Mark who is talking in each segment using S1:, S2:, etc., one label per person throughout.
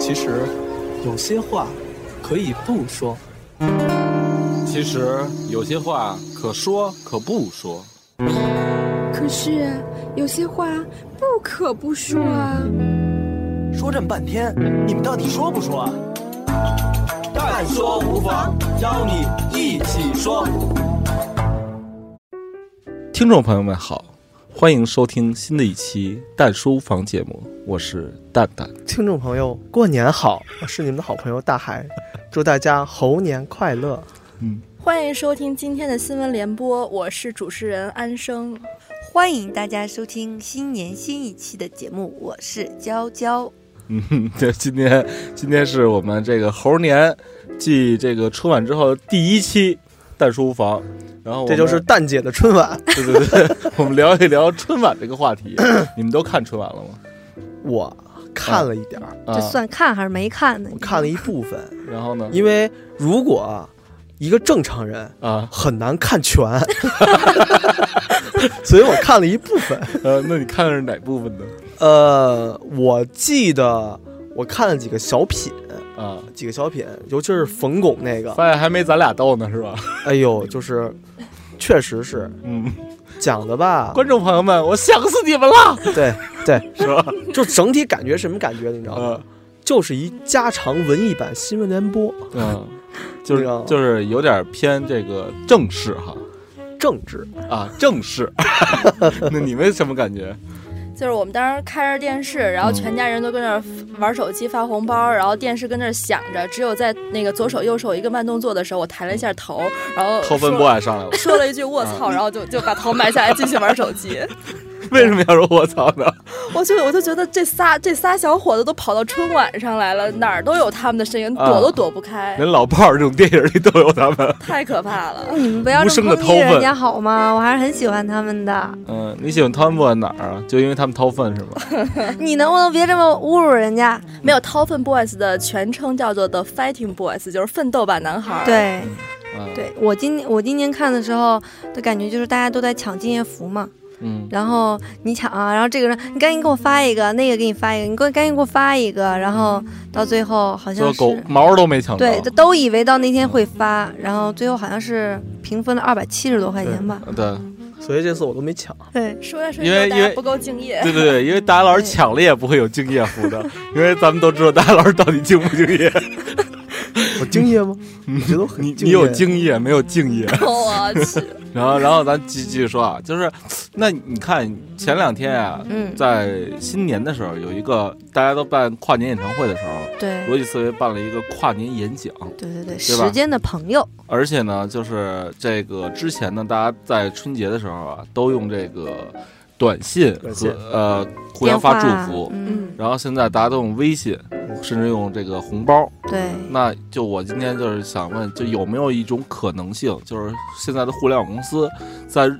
S1: 其实，有些话可以不说。
S2: 其实有些话可说可不说。
S3: 可是啊有些话不可不说啊！
S2: 嗯
S4: 说这么半天，你们到底说不说啊？
S5: 但说无妨，邀你一起说。
S2: 听众朋友们好，欢迎收听新的一期《但说无妨》节目，我是蛋蛋。
S6: 听众朋友，过年好！我是你们的好朋友大海，祝大家猴年快乐！
S2: 嗯，
S7: 欢迎收听今天的新闻联播，我是主持人安生。
S8: 欢迎大家收听新年新一期的节目，我是娇娇。
S2: 嗯， 这今天今天是我们这个猴年，继这个春晚之后第一期淡书房，然后我们
S6: 这就是蛋姐的春晚。
S2: 对对对， 我们聊一聊春晚这个话 题。你们都看春晚了吗？
S6: 我看了一点儿，
S2: 啊
S8: 这，算看还是没看呢？
S6: 我看了一部分，
S2: 然后呢？
S6: 因为如果啊一个正常人
S2: 啊，
S6: 很难看全， 所以我看了一部分。
S2: 呃，那你看的是哪部分呢？
S6: 呃，我记得我看了几个小品，
S2: 啊，
S6: 几个小品，尤其是冯巩那个，
S2: 发现还没咱俩逗呢，是吧？
S6: 哎呦，就是确实是
S2: 嗯，
S6: 讲的吧，
S2: 观众朋友们，我想死你们了，
S6: 对对，
S2: 是吧？
S6: 就整体感觉什么感觉，你知道吗？
S2: 嗯
S6: 就是一加长文艺版新闻联播，
S2: 嗯，就是
S6: 那个
S2: 就是有点偏这个正式哈
S6: 政治
S2: 啊，正式。 那你们什么感觉？
S7: 就是我们当时开着电视，然后全家人都跟那儿玩手机发红包，然后电视跟那儿响着，只有在那个左手右手一个慢动作的时候，我抬了一下头，然后
S2: 扣分
S7: 说
S2: boy 上来了，
S7: 说了一句“卧槽”，然后就就把头埋下来继续玩手机。
S2: 为什么要说我操呢？
S7: 我就我就觉得这仨这仨小伙子都跑到春晚上来了，哪儿都有他们的身影，
S2: 啊
S7: 躲都躲不开，
S2: 连老炮儿这种电影里都有他们。
S7: 太可怕了。
S8: 哎你们不要
S2: 无
S8: 这
S2: 声
S8: 么
S2: 地
S8: 抨击
S2: 掏粪
S8: 人家好吗？我还是很喜欢他们的。
S2: 嗯，你喜欢他们 boy 哪儿啊？就因为他们掏粪是吗？
S8: 你能不能别这么侮辱人家？
S7: 没有掏粪 boys 的全称叫做 The Fighting Boys，就是奋斗吧男孩。，
S8: 对
S2: 啊，，
S8: 对，我今我今年看的时候的感觉就是大家都在抢敬业福嘛，
S2: 嗯，
S8: 然后你抢啊，然后这个人你赶紧给我发一个，那个给你发一个，你给我赶紧给我发一个，然后到最后好
S2: 说
S8: 像
S2: 狗
S8: 是。
S2: 毛都没抢着。
S8: 对，都以为到那天会发，然后最后好像是平分了二百七十多块钱吧。
S2: 对
S6: 所以这次我都没抢。
S8: 对，
S7: 说着说
S2: 因为
S7: 着大
S2: 因
S7: 家
S2: 为
S7: 不够敬业。
S2: 对对对，因为大家老师抢了也不会有敬业福的， 因为咱们都知道大家老师到底敬不敬 业。
S6: 我敬业吗？我觉得我很
S2: 你
S6: 敬
S2: 你
S6: 业
S2: 有敬业没有敬业？
S7: 我去，
S2: 然后然后咱继继续说啊，就是那你看前两天啊，
S8: 嗯，
S2: 在新年的时候有一个大家都办跨年演唱会的时候，
S8: 对，
S2: 逻辑思维办了一个跨年演讲。
S8: 对对对，
S2: 对吧
S8: 时间的朋友，
S2: 而且呢，就是这个之前呢，大家在春节的时候啊，都用这个短信和
S6: 短信
S2: 呃互相发
S8: 电话
S2: 祝福，
S8: 嗯，
S7: 嗯，
S2: 然后现在大家都用微信，甚至用这个红包。
S8: 对，
S2: 那就我今天就是想问，就有没有一种可能性，就是现在的互联网公司在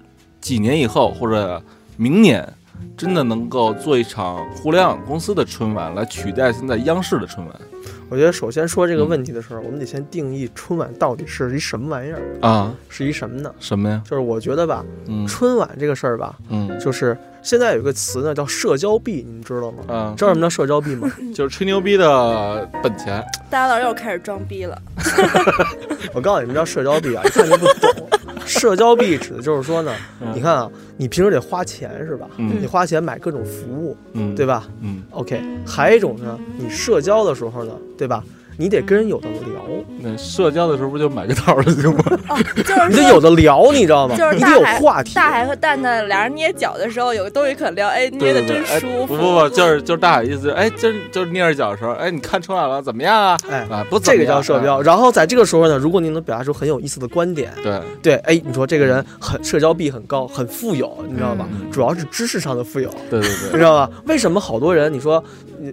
S2: 几年以后或者明年，真的能够做一场互联网公司的春晚，来取代现在央视的春晚
S6: 我觉得首先说这个问题的时候，我们得先定义春晚到底是一什么玩意儿，
S2: 啊？
S6: 是一什么呢？
S2: 什么呀？
S6: 就是我觉得吧，
S2: 嗯
S6: 春晚这个事儿吧，
S2: 嗯
S6: 就是现在有一个词呢叫社交币，你们知道吗？
S2: 啊，
S6: 知道什么叫社交币吗？
S2: 就是吹牛逼的本钱。
S7: 大家老师又开始装逼了。
S6: 我告诉你们叫社交币啊，一看就不懂。社交币指的就是说呢，
S2: 嗯
S6: 你看啊，你平时得花钱是吧？
S2: 嗯
S6: 你花钱买各种服务，
S2: 嗯，
S6: 对吧
S2: 嗯，
S6: ？OK，还有一种呢，你社交的时候呢，对吧？你得跟人有的聊，
S2: 那社交的时候不就买个套儿就行 吗？
S7: 哦，就是
S6: 你得
S7: 说
S6: 有的聊，你知道吗？
S7: 就是
S6: 你
S7: 大
S6: 得有
S7: 海
S6: 话题。
S7: 大海和蛋蛋俩人捏脚的时候，有个东西可聊，哎，捏的真
S2: 哎
S7: 舒服。
S2: 不不不，就是就是大海意思就是，哎，就是就是捏着脚的时候，哎，你看春晚了怎么样啊？
S6: 哎，
S2: 啊，不怎
S6: 这
S2: 么样，
S6: 个叫社
S2: 啊
S6: 交。然后在这个时候呢，如果你能表达出很有意思的观点，
S2: 对，
S6: 对，哎，你说这个人很社交币很高，很富有，你知道吧？
S2: 嗯
S6: 主要是知识上的富有，
S2: 对对
S6: 你
S2: 对
S6: 知道吧？为什么好多人你说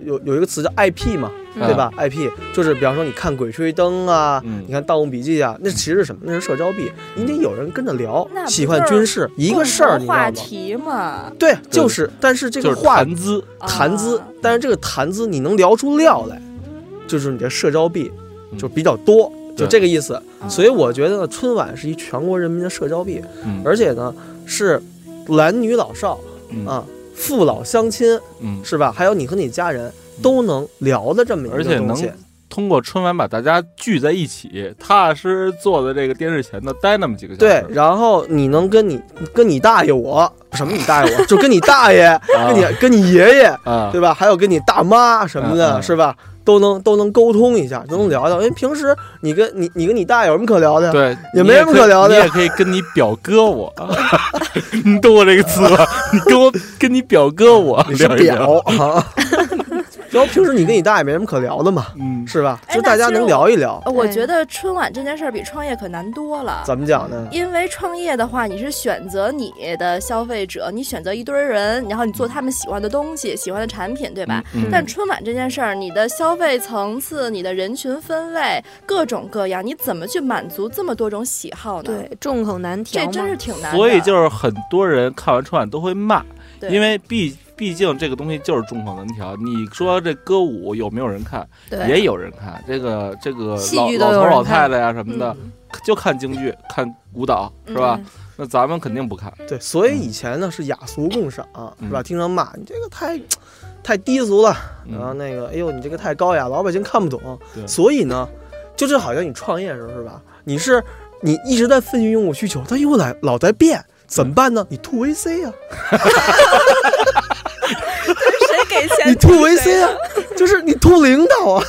S6: 有有一个词叫 IP 嘛，
S2: 嗯
S6: 对吧？IP 就是比方说你看《鬼吹灯》啊，
S2: 嗯
S6: 你看《盗墓笔记》啊，那其实是什么？那是社交币，你得有人跟着聊
S7: 那，不
S6: 喜欢
S7: 就是
S6: 军事一个事儿，你知
S7: 共同
S6: 道
S7: 话
S6: 吗？
S7: 题嘛，
S6: 对，就是，但 是这
S2: 就
S6: 个
S2: 是
S6: 话
S2: 谈资，
S6: 谈资
S7: 啊，
S6: 但是这个谈资你能聊出料来，就是你的社交币
S2: 嗯
S6: 就比较多，就
S2: 对
S6: 这个意思。
S8: 嗯
S7: 啊
S6: 所以我觉得春晚是一全国人民的社交币，
S2: 嗯
S6: 而且呢是男女老少
S2: 嗯
S6: 啊父老乡亲
S2: 嗯，
S6: 是吧？还有你和你家人都能聊的这么一
S2: 而
S6: 个
S2: 且
S6: 东
S2: 能
S6: 西。
S2: 通过春晚把大家聚在一起，踏踏实实坐在这个电视前头待那么几个小
S6: 对
S2: 时，，
S6: 然后你能跟你跟你大爷我什么你大爷我就跟你 大爷、
S2: 啊
S6: 跟你跟你爷爷
S2: 啊，
S6: 对吧？还有跟你大妈什么
S2: 嗯
S6: 的，
S2: 嗯
S6: 是吧？都能都能沟通一下，都能聊聊。因为平时你跟你你跟你大爷有什么可聊的呀？
S2: 对，
S6: 也
S2: 你
S6: 没什么
S2: 可以
S6: 可聊的
S2: 你也可以跟你表哥我， 你懂我这个词吧？ 你跟我跟你表哥我
S6: 你是
S2: 聊一聊，
S6: 表啊。 然后平时你跟你大爷没什么可聊的嘛，
S2: 嗯，
S6: 是吧？
S7: 哎
S6: 就大家能聊一聊，
S7: 呃我
S8: 对
S7: 觉得春晚这件事儿比创业可难多了。
S6: 怎么讲呢？
S7: 因为创业的话，你是选择你的消费者，你选择一堆人，然后你做他们喜欢的东西、喜欢的产品，对吧？
S2: 嗯
S7: 但春晚这件事儿，你的消费层次、你的人群分类各种各样，你怎么去满足这么多种喜好呢？，
S8: 对，众口难调
S7: 这
S8: 嘛。
S7: 真是挺难的。
S2: 所以就是很多人看完春晚都会骂，
S7: 对
S2: 因为毕毕竟这个东西就是众口难调。你说这歌舞有没有人看？
S8: 对
S2: 也有人看。这个这个
S8: 戏
S2: 老
S8: 剧
S2: 老
S8: 都有
S2: 头
S8: 人
S2: 老太
S8: 看
S2: 太呀、什么的，
S7: 嗯
S2: 就看京剧、看舞蹈
S8: 嗯
S2: 是吧？那咱们肯定不看。
S6: 对，所以以前呢是雅俗共赏，
S2: 嗯
S6: 是吧？经常骂你这个太太低俗了，
S2: 嗯
S6: 然后那个哎呦你这个太高雅，老百姓看不懂
S2: 对。
S6: 所以呢，就是好像你创业的时候是吧？你是你一直在分析用户需求，但又来老在变。怎么办呢？你吐 VC 啊，
S7: 谁给钱？
S6: 你吐 VC 啊，就是你吐领导啊。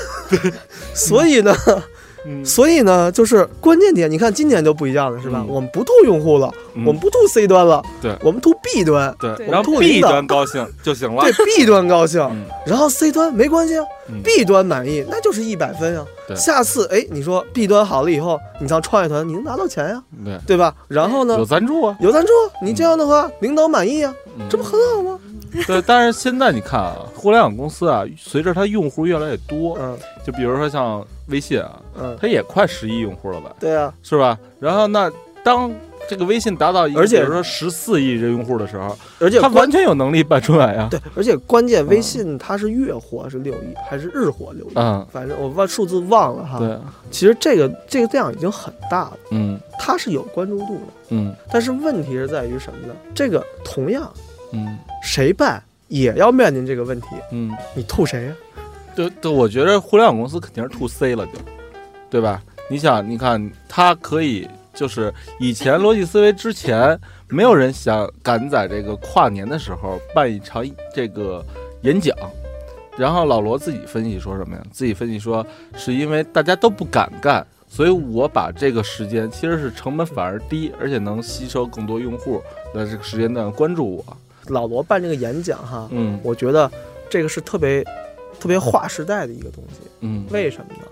S6: 所以呢，
S2: 嗯
S6: 所以呢，就是关键点，你看今年就不一样了，是吧？
S2: 嗯
S6: 我们不吐用户了，
S2: 嗯
S6: 我们不吐 C 端了，
S2: 对
S6: 我们吐 B 端，
S2: 对，
S6: 我
S2: 然后
S6: 吐
S2: B
S6: 领导
S2: 端高兴就行了。
S6: 对 B 端 高兴，
S2: 嗯
S6: 然后 C 端没关系啊、
S2: 嗯
S6: b 端满意那就是一百分啊。
S2: 对
S6: 下次哎，你说 B 端好了以后，你上创业团你能拿到钱呀、
S2: 对，
S6: 对吧？然后呢
S2: 有，赞助啊，
S6: 有赞助，你这样的话、领导满意啊，
S2: 嗯
S6: 这不很好吗？
S2: 对。但是现在你看啊，互联网公司啊，随着它用户越来越多，
S6: 嗯
S2: 就比如说像微信啊，
S6: 嗯，
S2: 它也快十亿用户了吧，
S6: 对啊，
S2: 是吧？然后那当这个微信达到一个，
S6: 而且
S2: 比如说十四亿人用户的时候，
S6: 而且
S2: 它
S6: 关
S2: 完全有能力办春晚呀。
S6: 对，而且关键微信它是月活是六亿还是日活六亿？
S2: 嗯，
S6: 反正我忘数字忘了哈。
S2: 对，
S6: 其实这个这个量已经很大了，
S2: 嗯
S6: 它是有关注度的。
S2: 嗯
S6: 但是问题是在于什么呢？这个同样
S2: 嗯
S6: 谁办也要面临这个问题，
S2: 嗯，
S6: 你吐谁啊呀、
S2: 对对，我觉得互联网公司肯定是 to C 了，就，对吧？你想，你看，它可以就是以前逻辑思维之前，没有人想敢在这个跨年的时候办一场这个演讲。然后老罗自己分析说什么呀？自己分析说，是因为大家都不敢干，所以我把这个时间其实是成本反而低，而且能吸收更多用户在这个时间段关注我。
S6: 老罗办这个演讲哈，
S2: 嗯
S6: 我觉得这个是特别特别划时代的一个东西。
S2: 嗯
S6: 为什么呢？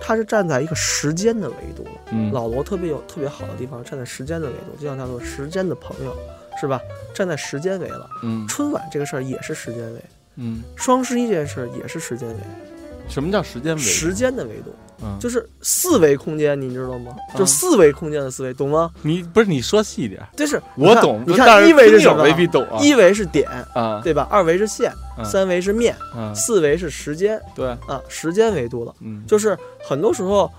S6: 它是站在一个时间的维度了。
S2: 嗯，
S6: 老罗特别有特别好的地方，站在时间的维度，就像他说，时间的朋友是吧？站在时间维了。
S2: 嗯
S6: 春晚这个事儿也是时间维，
S2: 嗯，
S6: 双十一这件事儿也是时间维，
S2: 什么叫时间维度？
S6: 时间的维度
S2: 嗯
S6: 就是四维空间，你知道吗？
S2: 嗯
S6: 就四维空间的思维，懂吗？
S2: 你不是你说细一点，
S6: 就是
S2: 我懂，
S6: 你
S2: 但
S6: 看
S2: 是
S6: 一维
S2: 听
S6: 是
S2: 友
S6: 什么？
S2: 未必懂啊。
S6: 一维是点，
S2: 啊，
S6: 对吧？二维是线，
S2: 嗯
S6: 三维是面，
S2: 嗯，
S6: 四维是时间
S2: 对，
S6: 啊，时间维度了。
S2: 嗯，
S6: 就是很多时候，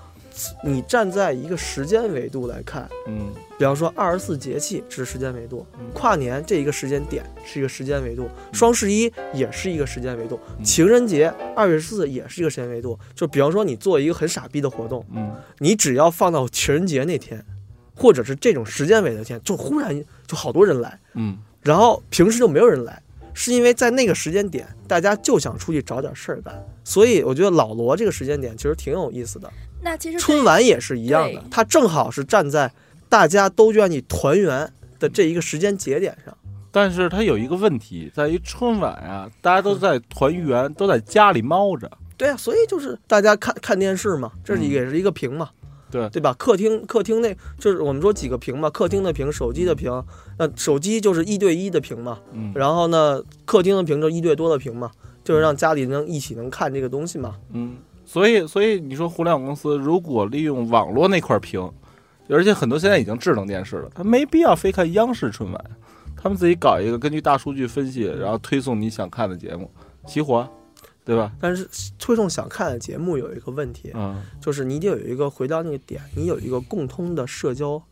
S6: 你站在一个时间维度来看，
S2: 嗯
S6: 比方说二十四节气是时间维度
S2: 嗯，
S6: 跨年这一个时间点是一个时间维度，双十一也是一个时间维度，
S2: 嗯
S6: 情人节二月十四也是一个时间维度。就比方说你做一个很傻逼的活动，
S2: 嗯
S6: 你只要放到情人节那天，或者是这种时间维的天，就忽然就好多人来。
S2: 嗯
S6: 然后平时就没有人来，是因为在那个时间点，大家就想出去找点事儿干。所以我觉得老罗这个时间点其实挺有意思的，
S7: 那其实对
S6: 春晚也是一样的
S7: 对，
S6: 他正好是站在大家都愿意团圆的这一个时间节点上。
S2: 但是它有一个问题，在于春晚啊，大家都在团圆，都在家里猫着，
S6: 对啊，所以就是大家看看电视嘛，这是
S2: 嗯
S6: 也是一个屏嘛，
S2: 对
S6: 对吧？客厅客厅那就是我们说几个屏嘛，客厅的屏，手机的屏，那手机就是一对一的屏嘛，
S2: 嗯
S6: 然后呢，客厅的屏就是一对多的屏嘛，就是让家里能一起能看这个东西嘛。
S2: 嗯，所以所以你说互联网公司如果利用网络那块屏，而且很多现在已经智能电视了，它没必要非看央视春晚，他们自己搞一个，根据大数据分析，然后推送你想看的节目，齐活，对吧？
S6: 但是推动想看的节目有一个问题，
S2: 嗯
S6: 就是你得有一个回到那个点，你有一个共通的社交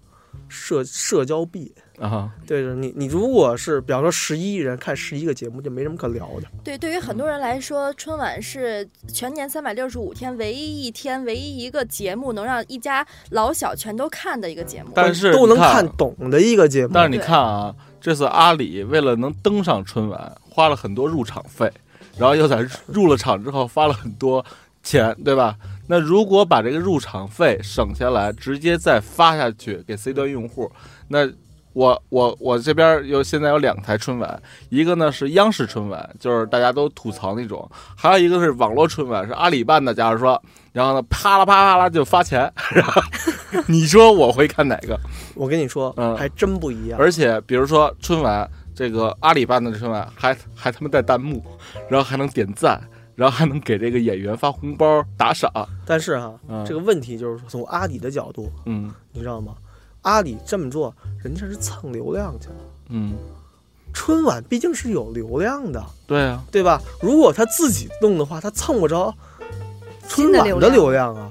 S6: 社社交币。
S2: 啊，
S6: 对着你，你如果是比方说十一人看十一个节目，就没什么可聊的。
S7: 对，对于很
S2: 嗯
S7: 多人来说，春晚是全年三百六十五天唯一一天、唯一一个节目能让一家老小全都看的一个节目。
S2: 但是
S6: 都能
S2: 你看
S6: 看懂的一个节目。
S2: 但是你看啊，这次阿里为了能登上春晚，花了很多入场费，然后又在入了场之后发了很多钱，对吧？那如果把这个入场费省下来，直接再发下去给 C 端用户，那我我我这边有现在有两台春晚，一个呢是央视春晚，就是大家都吐槽那种，还有一个是网络春晚，是阿里办的。假如说，然后呢，啪啦啪啦啦就发钱， 然后你说我会看哪个？
S6: 我跟你说，
S2: 嗯
S6: 还真不一样。
S2: 而且比如说春晚，这个阿里办的春晚还还他妈带弹幕，然后还能点赞，然后还能给这个演员发红包打赏，
S6: 但是哈
S2: 嗯，
S6: 这个问题就是说，从阿里的角度，
S2: 嗯
S6: 你知道吗？阿里这么做，人家是蹭流量去了。
S2: 嗯，
S6: 春晚毕竟是有流量的，
S2: 对啊，
S6: 对吧？如果他自己弄的话，他蹭不着春
S8: 新的
S6: 晚
S8: 流
S6: 的
S8: 量
S6: 流量啊。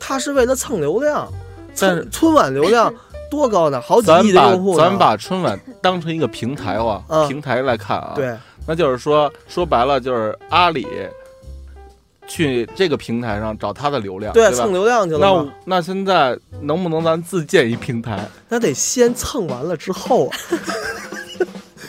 S6: 他是为了蹭流量，
S2: 但
S6: 蹭
S2: 是
S6: 春晚流
S8: 哎
S6: 量多高呢？好几
S2: 咱
S6: 亿的
S2: 把
S6: 用户呢。
S2: 咱把春晚当成一个平台啊，
S6: 嗯
S2: 平台来看啊，，
S6: 对
S2: 那就是说说白了就是阿里去这个平台上找他的流量，对
S6: 对，啊
S2: 吧
S6: 蹭？流量去了嘛
S2: 那那现在能不能咱自建一平台？
S6: 那得先蹭完了之后啊，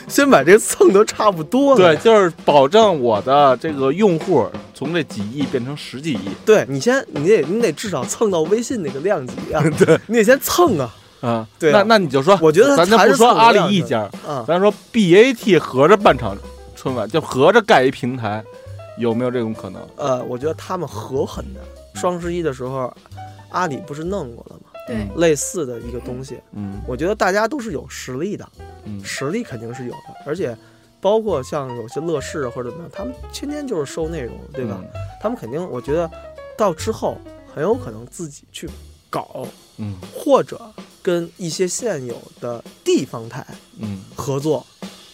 S6: 先把这个蹭都差不多了
S2: 对，。就是保证我的这个用户从这几亿变成十几亿，
S6: 对，你先，你得你得至少蹭到微信那个量级 啊，对，你得先蹭啊
S2: 啊，
S6: 对
S2: 那
S6: 啊
S2: 那你就说，
S6: 我觉得
S2: 咱就
S6: 还
S2: 不
S6: 是
S2: 说
S6: 蹭流
S2: 阿
S6: 量
S2: 里一
S6: 的
S2: 家，
S6: 啊！
S2: 咱说 BAT 合着办场春晚，就合着盖一平台，有没有这种可能？
S6: 呃，我觉得他们合很难。双十一的时候，阿里不是弄过了吗？
S7: 对，
S6: 类似的一个东西，
S2: 嗯
S6: 我觉得大家都是有实力的，
S2: 嗯
S6: 实力肯定是有的，而且包括像有些乐视或者怎么样，他们天天就是收内容，对
S2: 嗯
S6: 吧？？他们肯定，我觉得到之后很有可能自己去搞，
S2: 嗯
S6: 或者跟一些现有的地方台
S2: 嗯，
S6: 合作，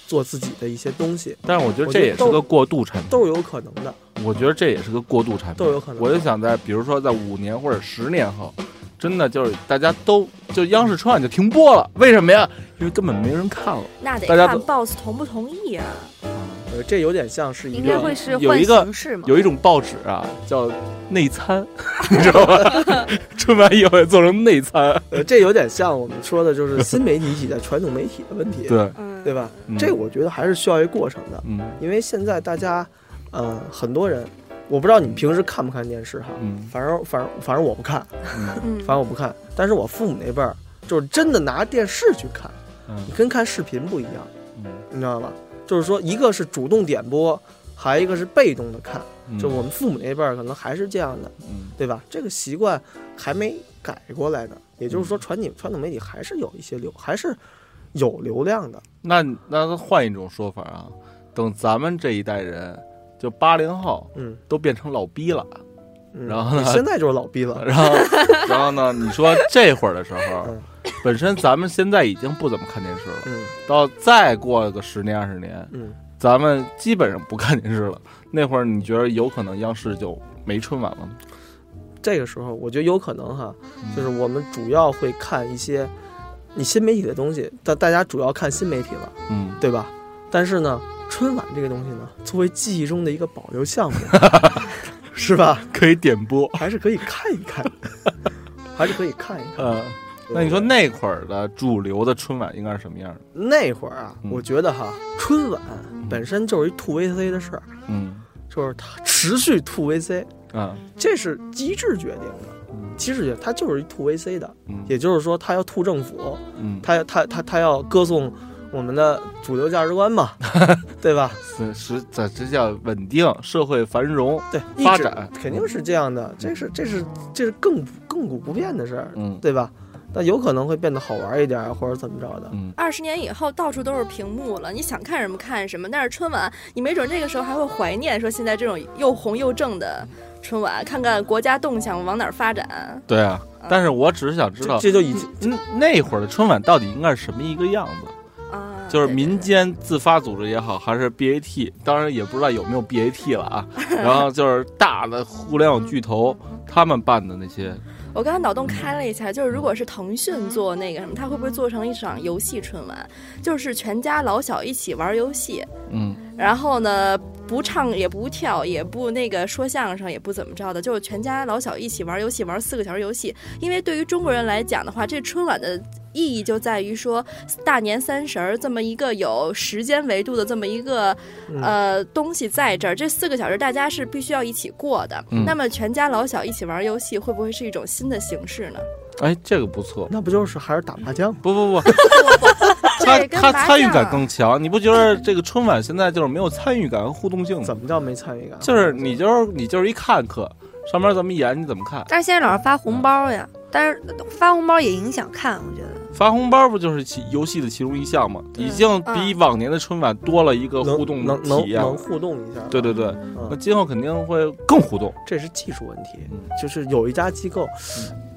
S6: 做自己的一些东西，
S2: 但是我觉得
S6: 我
S2: 这
S6: 觉得
S2: 也是
S6: 都
S2: 个过渡产品，
S6: 都是有可能的。
S2: 我觉得这也是个过渡产品，
S6: 都有可能
S2: 我就想在，比如说在五年或者十年后。真的就是大家都就央视春晚就停播了，为什么呀？因为根本没人看了。
S7: 那得
S2: 大家
S7: 看
S2: 都
S7: boss 同不同意啊。
S6: 呃，这有点像是一
S8: 应该
S6: 个
S8: 会是
S2: 有
S8: 换
S2: 一个
S8: 形式嘛？
S2: 有一种报纸啊，叫内参， 你知道吧？ 春晚也会做成内参。
S6: 呃，这有点像我们说的，就是新媒体的传统媒体的问题，
S2: 对，
S8: 嗯，
S6: 对吧？
S2: 嗯
S6: 这我觉得还是需要一个过程的，
S2: 嗯
S6: 因为现在大家，呃，很多人，我不知道你们平时看不看电视哈，
S2: 嗯
S6: 反正反正反正我不看，
S7: 嗯
S6: 反正我不看，但是我父母那辈儿就是真的拿电视去看，
S2: 嗯
S6: 跟看视频不一样，
S2: 嗯
S6: 你知道吧？就是说，一个是主动点播，还有一个是被动的看，
S2: 嗯，
S6: 就我们父母那辈儿可能还是这样的，
S2: 嗯
S6: 对吧？这个习惯还没改过来呢。也就是
S2: 嗯
S6: 说，传统传统媒体还是有一些流，还是有流量的。
S2: 那那换一种说法啊，等咱们这一代人，就八零后
S6: 嗯，
S2: 都变成老逼 了，
S6: 嗯
S2: 然后呢
S6: 你现在就是老逼 了，
S2: 然后然后呢，你说这会儿的时候
S6: 嗯，
S2: 本身咱们现在已经不怎么看电视了，
S6: 嗯
S2: 到再过个十年二十年，
S6: 嗯，
S2: 咱们基本上不看电视了。那会儿你觉得有可能央视就没春晚了吗？
S6: 这个时候我觉得有可能哈，
S2: 嗯
S6: 就是我们主要会看一些你新媒体的东西，但大家主要看新媒体了。
S2: 嗯，
S6: 对吧？但是呢，春晚这个东西呢，作为记忆中的一个保留 项目，是吧？
S2: 嗯可以点播。
S6: 还是可以看一 看，还是可以看一看。
S2: 嗯，那你说那会儿的主流的春晚应该是什么样的？
S6: 那会儿啊，
S2: 嗯
S6: 我觉得哈，春晚本身就是一吐 VC 的事儿，
S2: 嗯
S6: 就是它持续吐 VC，
S2: 啊
S6: 这是机制决定的。
S2: 嗯
S6: 机制决定它就是一吐 VC 的，
S2: 嗯
S6: 也就是说，它要吐政府，
S2: 嗯，
S6: 它它它它要歌颂我们的主流价值观 嘛，对吧？
S2: 是是，这这叫稳定社会繁荣。
S6: 对，一
S2: 发
S6: 直
S2: 展
S6: 肯定是这样的，这是这是这是亘古亘古不变的事儿，
S2: 嗯
S6: 对吧？那有可能会变得好玩一点儿，或者怎么着的。
S2: 嗯，
S7: 二十年以后，到处都是屏幕了，你想看什么看什么。但是春晚，你没准那个时候还会怀念说现在这种又红又正的春晚，看看国家动向往哪儿发展。
S2: 对啊。
S7: 嗯
S2: 但是我只是想知
S6: 这
S2: 道，
S6: 这就已经
S2: 嗯那那会儿的春晚到底应该是什么一个样子？
S7: 啊，
S2: 就是
S7: 对
S2: 民。间自发组织也好，还是 BAT，当然也不知道有没有 BAT 了啊。然后就是大的互联网巨头他们办的那些
S7: 对对我刚才脑洞开了一下，就是如果是腾讯做那个什么，它会不会做成一场游戏春晚？就是全家老小一起玩游戏，
S2: 嗯，
S7: 然后呢，不唱也不跳，也不那个说相声，也不怎么着的，就是全家老小一起玩游戏，玩四个小时游戏。因为对于中国人来讲的话，这春晚的意义就在于说，大年三十儿这么一个有时间维度的这么一个
S6: 嗯
S7: 呃东西在这儿，这四个小时大家是必须要一起过的。
S2: 嗯
S7: 那么全家老小一起玩游戏，会不会是一种新的形式呢？
S2: 哎，这个不错。
S6: 那不就是还是打麻将吗？
S2: 不 不不，他
S7: 这跟
S2: 他
S7: 麻
S2: 参与
S7: 将
S2: 感更强，你不觉得这个春晚现在就是没有参与感和互动性吗
S6: 怎？么叫没参与感？
S2: 嗯就是你就是你就是一看客，上面咱们演你怎么看？
S8: 但是现在老是发红包呀，但是发红包也影响看，我觉得。
S2: 发红包不就是其游戏的其中一项吗？已经比往年的春晚多了一个
S6: 能
S2: 互动的
S6: 嗯能
S2: 体
S6: 能
S2: 验
S6: 能
S2: 了。
S6: 互动一下。
S2: 对对对，
S6: 嗯，
S2: 那今后肯定会更互动。
S6: 这是技术问题
S2: 嗯，
S6: 就是有一家机构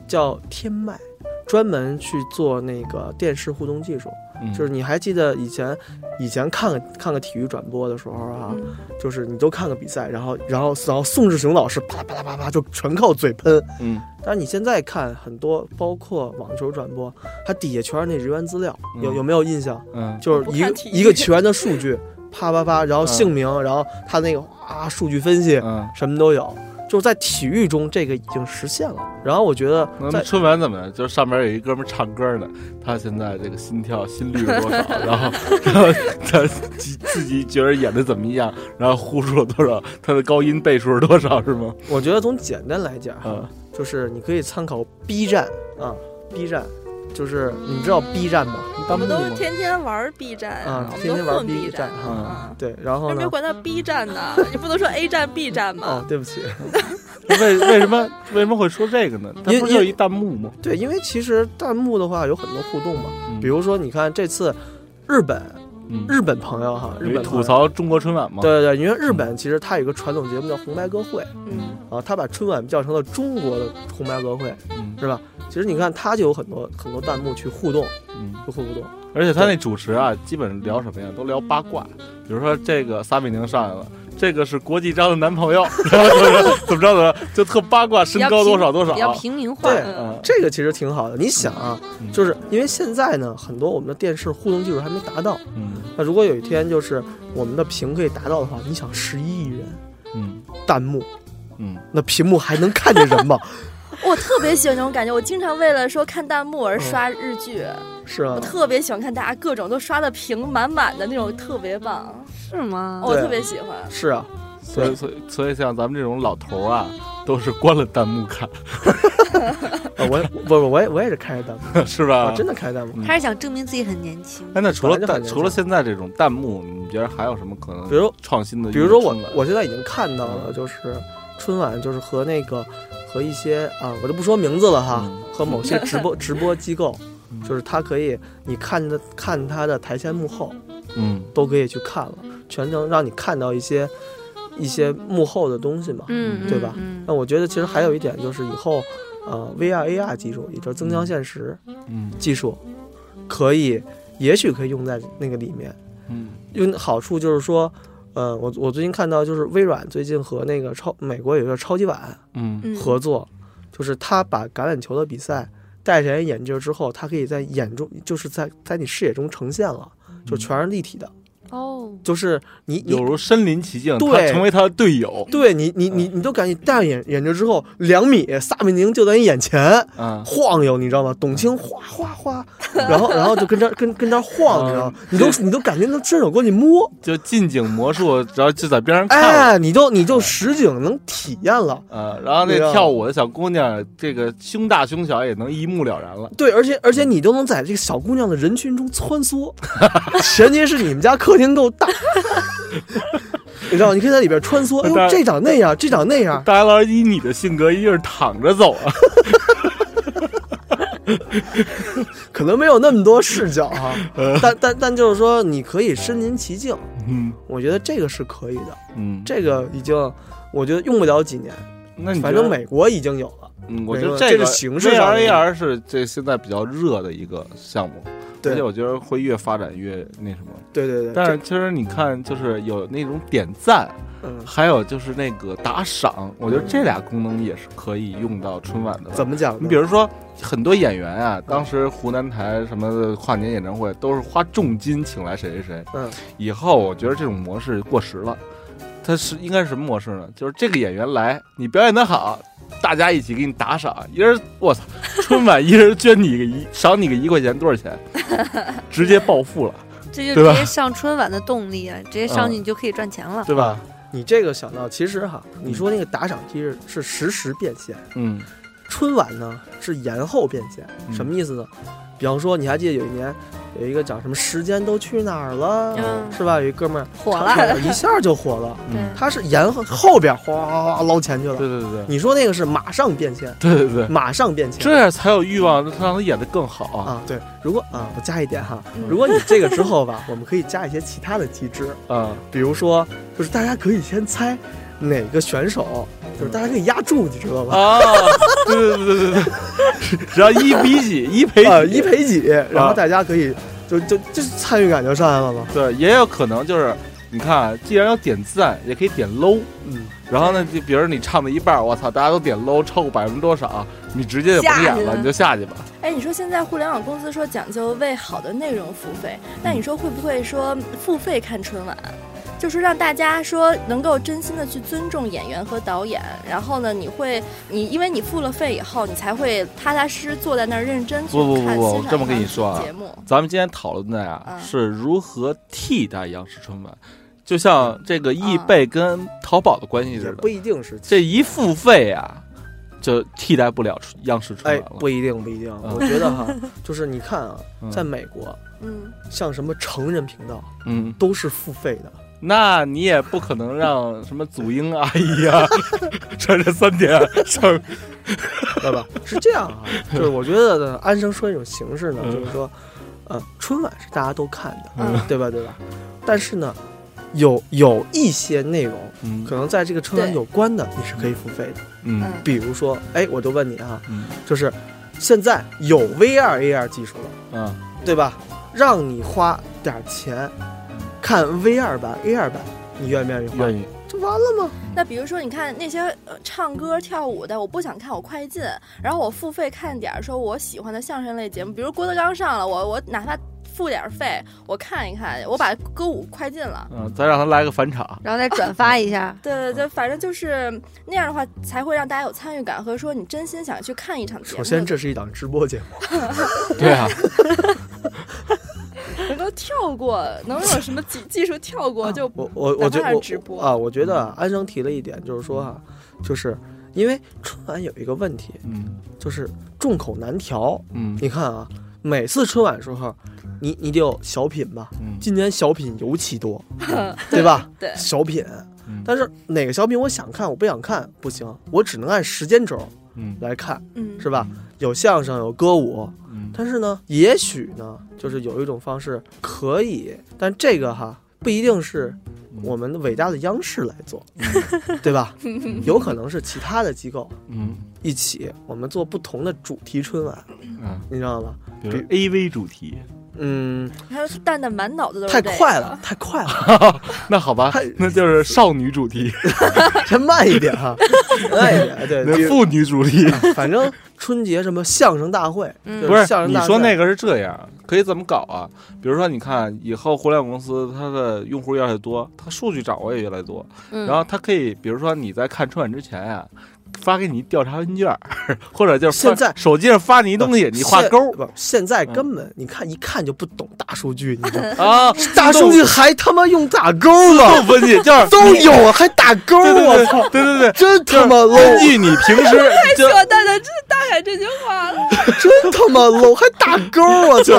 S6: 叫天脉，专门去做那个电视互动技术。
S2: 嗯，
S6: 就是你还记得以前以前看个看个体育转播的时候啊，
S7: 嗯
S6: 就是你都看个比赛，然后然后然后宋志雄老师啪啦啪啦啪啦啪啦就全靠嘴喷。
S2: 嗯
S6: 但是你现在看很多，包括网球转播，它底下全是那人员资料，有
S2: 嗯
S6: 有没有印象？
S2: 嗯
S6: 就是一
S7: 我不看
S6: 个
S7: 体育
S6: 一个球员的数据，啪啪啪，然后
S2: 嗯
S6: 姓名，然后他那个啊数据分析，
S2: 嗯，
S6: 什么都有。就是在体育中，这个已经实现了。然后我觉得
S2: 那么
S6: 在
S2: 春晚怎么样？就是上面有一哥们儿唱歌呢，他现在这个心跳心率是多少？ 然后然后他自自己觉得演的怎么样？然后呼出了多少？他的高音倍数是多少？是吗？
S6: 我觉得从简单来讲，
S2: 嗯
S6: 就是你可以参考 B 站啊，B 站，就是你知道 B 站吗？
S7: 我
S2: 当
S7: 们
S2: 兵
S7: 都
S2: 吗？
S7: 天天玩 B 站，
S6: 啊
S7: 我们
S6: 天
S7: 都
S6: 天玩
S7: 混
S6: B 站嗯
S7: 啊。
S6: 对，然后
S7: 为什
S6: 呢
S7: 么要？管它 B 站呢？你不能说 A 站、B 站
S6: 哦
S7: 吗？，
S6: 对不起，
S2: 为为什么为什么会说这个呢？他
S6: 因
S2: 不是有一弹幕吗？
S6: 对，因为其实弹幕的话有很多互动嘛，
S2: 嗯
S6: 比如说你看这次日本
S2: 嗯
S6: 日本朋友哈，日
S2: 有一
S6: 本
S2: 吐
S6: 朋友。
S2: 槽中国春晚吗？嗯
S6: 对对对，因为日本其实它有一个传统节目叫红白歌会
S7: 嗯，
S6: 啊，它把春晚叫成了中国的红白歌会。
S2: 嗯
S6: 其实你看，它就有很多很多弹幕去互动，
S2: 嗯。
S6: 去互动。
S2: 而且他那主持啊，基本聊什么呀？都聊八卦，比如说这个撒贝宁上来了，这个是国际章的男朋友， 然后就是怎么着怎么着，就特八卦，身高多少多少
S8: 比。较平民化。
S6: 啊对
S2: 嗯，
S6: 这个其实挺好的。你想啊，
S2: 嗯
S6: 就是因为现在呢，很多我们的电视互动技术还没达到。
S2: 嗯
S6: 那如果有一天就是我们的屏可以达到的话，你想十一亿人
S2: 嗯
S6: 弹幕，
S2: 嗯，
S6: 那屏幕还能看见 人吗？
S7: 我特别喜欢这种感觉，我经常为了说看弹幕
S2: 嗯
S7: 而刷日剧，
S6: 是啊
S7: 我，特别喜欢看大家各种都刷的屏满满的那种，特别棒，
S8: 是吗？
S7: 我
S6: 对
S7: 特别喜欢。
S6: 是啊，
S2: 所以所以所以像咱们这种老头儿啊，都是关了弹幕看，
S6: 啊我也不不，我也我也是开着弹幕，
S2: 是吧
S6: 我？哦真的开着弹幕。
S2: 嗯
S8: 还是想证明自己很年轻。
S2: 哎，那除了
S6: 本来就很
S2: 弹，
S6: 年轻
S2: 除了现在这种弹幕，你觉得还有什么可
S6: 比
S2: 能
S6: 如
S2: 创新的？
S6: 比如说我我现在已经看到
S2: 嗯
S6: 了，就是春晚就是和那个和一些啊，我就不说名字了哈，
S2: 嗯
S6: 和某些直 播直播机构
S2: 嗯。
S6: 就是它可以，你看的看它的台前幕后，
S2: 嗯
S6: 都可以去看了，全程让你看到一些一些幕后的东西嘛。
S8: 嗯，
S6: 对吧
S8: 嗯
S6: 那我觉得其实还有一点就是以后，呃，VR、AR 技术，也就是增强现实
S2: 嗯
S6: 技术，可以也许可以用在那个里面。
S2: 嗯
S6: 用好处就是说，呃，我我最近看到就是微软最近和那个超美国有一个超级碗
S2: 嗯
S7: 嗯，
S6: 合作，就是他把橄榄球的比赛戴上眼镜之后，它可以在眼中就是在在你视野中呈现了，就全是立体的，
S8: 嗯哦，
S6: 就是你你
S2: 有如身临其境，他
S6: 对
S2: 成为他的队友，
S6: 对你，你你你都感觉戴上眼眼镜之后，两米，撒贝宁就在你眼前
S2: 嗯，
S6: 晃悠，你知道吗？董卿哗哗哗，然后然后就跟这儿跟跟这儿晃，你知道吗？你
S2: 嗯
S6: 都你都感觉能伸手过去摸，
S2: 就近景魔术，然后就在边上嗯看了。
S6: 哎，你就你就实景能体验了。
S2: 呃，然后那
S6: 对啊
S2: 跳舞的小姑娘，这个胸大胸小也能一目了然了。
S6: 对，而且而且你都能在这个小姑娘的人群中穿梭，前提是你们家客厅够大，你知道吗？你可以在里边穿梭。哎
S2: 但
S6: 呦，这长那样，这长那样，
S2: 大家老师以你的性格，一定是躺着走啊。
S6: 可能没有那么多视角哈，但但但就是说，你可以身临其境，
S2: 嗯
S6: 我觉得这个是可以的，
S2: 嗯，
S6: 这个已经我觉得用不了几年，
S2: 那你觉
S6: 反
S2: 得
S6: 正，美国已经有了。
S2: 嗯，我觉得
S6: 美国这
S2: 个
S6: 个形式上
S2: VR AR 是这现在比较热的一个项目，
S6: 对
S2: 而且我觉得会越发展越那什么。
S6: 对对对，
S2: 但
S6: 这
S2: 是其实你看，就是有那种点赞，
S6: 嗯，
S2: 还有就是那个打赏，我觉得这俩功能也是可以用到春晚的。
S6: 怎么讲呢？
S2: 你比如说，很多演员啊，当时湖南台什么的跨年演唱会都是花重金请来谁谁谁。
S6: 嗯，
S2: 以后我觉得这种模式过时了。它是应该是什么模式呢？就是这个演员来，你表演的好，大家一起给你打赏，一人我 操，春晚一人捐你一个一，赏你个一块钱，多少 钱？直接暴富了，
S8: 这
S2: 对
S8: 就
S2: 吧
S8: 直接上春晚的动力啊！直接上去
S6: 嗯
S8: 你就可以赚钱了。
S2: 对吧？
S6: 你这个想到，其实哈，你说那个打赏机制是实时变现，
S2: 嗯
S6: 春晚呢是延后变现，
S2: 嗯
S6: 什么意思呢？比方说，你还记得有一年有一个讲什么“时间都去哪儿了”，
S8: 嗯
S6: 是吧？有一哥们儿
S8: 火了
S6: 唱歌 一下就火了，
S2: 嗯，
S6: 他是延后后边哗哗哗哗捞钱去了。
S2: 对对对嗯
S6: 你说那个是马上变现，
S2: 对对对，
S6: 马上变现
S2: 这样才有欲望让他演的更好啊
S6: 啊！对，如果啊，我加一点哈，如果你这个之后吧， 我们可以加一些其他的机制，
S2: 啊！
S6: 比如说，就是大家可以先猜哪个选手，就是大家可以压住，你 知道吧？
S2: 啊对对对对对， 只要一比几，一赔
S6: 啊，
S2: 几
S6: 一赔几，然
S2: 啊
S6: 后大家可以就就就是参与感就上来了嘛。
S2: 对，也有可能就是，你看啊，既然要点赞，也可以点 low。
S6: 嗯，
S2: 然后呢，就比如你唱到一半儿，我操，大家都点 low，超过百分之多少，你直接就甭演了，你就下去吧。
S7: 哎，你说现在互联网公司说讲究为好的内容付费，那你说会不会说付费看春晚？就是让大家说能够真心的去尊重演员和导演，然后呢，你会你因为你付了费以后，你才会踏踏实实坐在那儿认真去
S2: 不不不
S7: 看
S2: 不
S7: 欣赏
S2: 这么
S7: 一
S2: 跟
S7: 档
S2: 你说啊
S7: 节目，
S2: 咱们今天讨论的呀、
S7: 嗯
S2: 是如何替代央视春晚，就像这个易
S7: 嗯
S2: 贝跟淘宝的关系
S6: 也
S2: 似
S6: 不
S2: 的，
S6: 一定是，
S2: 这一付费啊，就替代不了春央视春
S6: 哎
S2: 晚了。，
S6: 不一定，不一定。
S2: 嗯
S6: 我觉 得哈，就是你看啊，
S2: 嗯
S6: 在美国，
S7: 嗯，
S6: 像什么成人频道
S2: 嗯，
S6: 都是付费的，
S2: 那你也不可能让什么祖英阿姨 啊，穿着三点上，
S6: 知道吧？是这样啊，就是我觉得呢安生说那种形式呢，
S2: 嗯
S6: 就是说，呃，春晚是大家都看 的，
S2: 嗯
S6: 对吧？对吧？但是呢，有有一些内容
S2: 嗯
S6: 可能在这个春晚
S7: 对
S6: 有关的，你是可以付费的。
S2: 嗯
S6: 比如说，哎，我就问你啊，
S2: 嗯
S6: 就是现在有 VR、AR 技术了，
S2: 嗯
S6: 对吧？让你花点儿钱看 VR 版、AR 版，你愿不愿意花？
S2: 愿意。
S6: 这完了吗？
S7: 那比如说，你看那些呃唱歌跳舞的，我不想看，我快进，然后我付费看点儿，说我喜欢的相声类节目，比如郭德纲上了，我我哪怕付点儿费，我看一看，我把歌舞快进了。
S2: 嗯，咱让他来个返场。
S8: 然后再转发一下，
S7: 对对对，反正就是那样的话，才会让大家有参与感和说你真心想去看一场节目。
S6: 首先，这是一档直播节目，
S2: 对啊，
S7: 能够跳过，能有什么技技术跳过就
S6: 我我
S7: 哪
S6: 我觉
S7: 怕
S6: 得
S7: 是
S6: 我
S7: 直播
S6: 啊，我觉得
S2: 嗯
S6: 啊安生提了一点，就是说哈、就是因为春晚有一个问题，
S2: 嗯
S6: 就是众口难调。
S2: 嗯
S6: 你看啊，每次春晚的时候，你你得有小品吧？
S2: 嗯
S6: 今年小品尤其多，对吧？
S7: 对
S6: 小品，
S2: 嗯
S6: 但是哪个小品我想看，我不想看不行，我只能按时间轴
S2: 嗯
S6: 来看，
S7: 嗯
S6: 是吧？有相声，有歌舞，
S2: 嗯
S6: 但是呢，也许呢，就是有一种方式可以，但这个哈不一定是我们伟大的央视来做，对吧？有可能是其他的机构
S2: 嗯
S6: 一起，我们做不同的主题春晚，
S2: 嗯，
S6: 你知道吗？
S2: 比如 A V 主题，
S6: 嗯，
S7: 还有蛋蛋满脑子都是
S6: 太
S7: 这个
S6: 快了，太快了，
S2: 那好吧，那就是少女主题，
S6: 先慢一点哈，慢一点，对，比如
S2: 妇女主题。
S6: 反正春节什么相声大会，
S8: 嗯
S6: 就
S2: 不是
S6: 相声
S2: 你
S6: 大
S2: 说那
S6: 个
S2: 个是这样，可以怎么搞啊？比如说，你看以后互联网公司它的用户越来越多，它数据掌握也越来越多，
S8: 嗯，
S2: 然后它可以，比如说你在看春晚之前啊，发给你调查问卷儿，或者就是发
S6: 现在
S2: 手机上发你一东西，你画勾儿嗯
S6: 不，现在根本你看一看就不懂大数据，你知 道吗？
S2: 啊，
S6: 大数据还他妈用打勾呢，
S2: 不分析就是
S6: 都有啊哦还打勾，
S2: 对对
S6: 我
S2: 对
S6: 操，
S2: 对对对，
S6: 真他妈
S2: 就是哎根
S6: low，
S2: 据你平 时就
S7: 我蛋蛋这大海这句话了，
S6: 真他妈 low，还打勾，我操！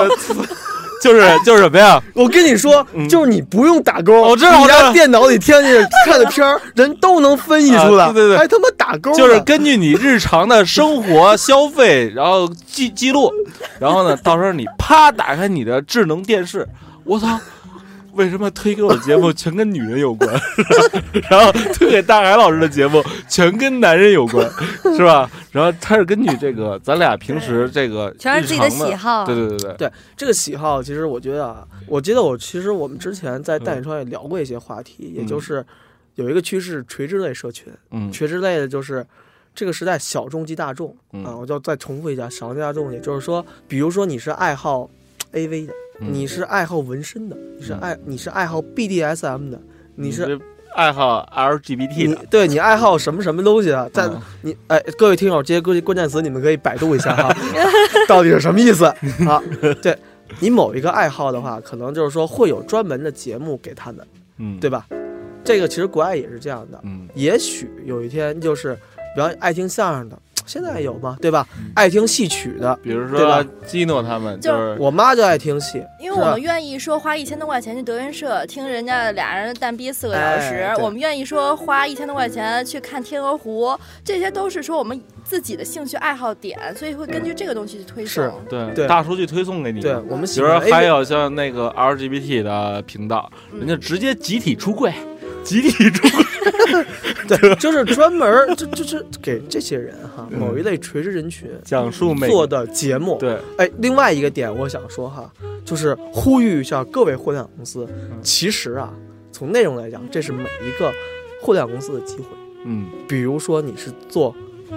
S2: 就是就是什么呀？
S6: 我跟你说
S2: 嗯，
S6: 就是你不用打勾，
S2: 我知道
S6: 你
S2: 我知道
S6: 家电脑里天天看的片儿，人都能分析出
S2: 啊
S6: 来，
S2: 对对对
S6: 还他妈打勾呢，
S2: 就是根据你日常的生活消费，然后记记录，然后呢，到时候你啪打开你的智能电视，我操，为什么推给我的节目全跟女人有关， 然后推给大海老师的节目全跟男人有关，是吧？然后他是根据这个咱俩平时这个
S8: 全是自己的
S2: 日常
S8: 喜好
S2: 对对对对，
S6: 对这个喜好，其实我觉得啊，我记得我其实我们之前
S2: 嗯
S6: 在带你创业聊过一些话题，也就是有一个趋势，垂直类社群，
S2: 嗯
S6: 垂直类的就是这个时代小众即大众、
S2: 嗯
S6: 啊，我就再重复一下，小众即大众，也就是说，比如说你是爱好 AV 的，
S2: 嗯
S6: 你是爱好纹身的，你是
S2: 嗯
S6: 爱你是爱好 BDSM 的，你是。
S2: 爱好
S6: 你
S2: LGBT 的，
S6: 对你爱好什么什么东西啊？
S2: 嗯
S6: 在你哎，各位听友，这些关关键词你们可以百度一下哈， 到底是什么意思啊？对你某一个爱好的话，可能就是说会有专门的节目给他们，
S2: 嗯，
S6: 对吧？这个其实国外也是这样的，
S2: 嗯，
S6: 也许有一天就是，比方爱听相声的，现在有吗？对吧？
S2: 嗯
S6: 爱听戏曲的，
S2: 比如
S6: 对
S2: 说
S6: 吧
S2: 基诺他们就。
S7: 就是
S6: 我妈就爱听戏，
S7: 因为
S6: 是
S7: 我
S6: 吧
S7: 们愿意说花一千多块钱去德云社听人家俩人蛋逼四个小时，
S6: 哎对
S7: 我们愿意说花一千多块钱去看天鹅湖，这些都是说我们自己的兴趣爱好点，所以会根据这个东西去推
S6: 是
S7: 送。
S2: 对
S6: 对
S2: 大数据推送给你，
S6: 对我们
S2: 比
S6: 喜
S2: 如
S6: 欢
S2: 说
S6: A
S2: 还有像那个 LGBT 的频道，
S7: 嗯
S2: 人家直接集体出柜，集体出 柜，
S6: 对，就是专门儿就就是给这些人哈某一类垂直人群
S2: 讲述美
S6: 做的节目，
S2: 嗯对，
S6: 哎，另外一个点我想说哈，就是呼吁一下各位互联网公司，
S2: 嗯
S6: 其实啊，从内容来讲，这是每一个互联网公司的机会。
S2: 嗯
S6: 比如说你是做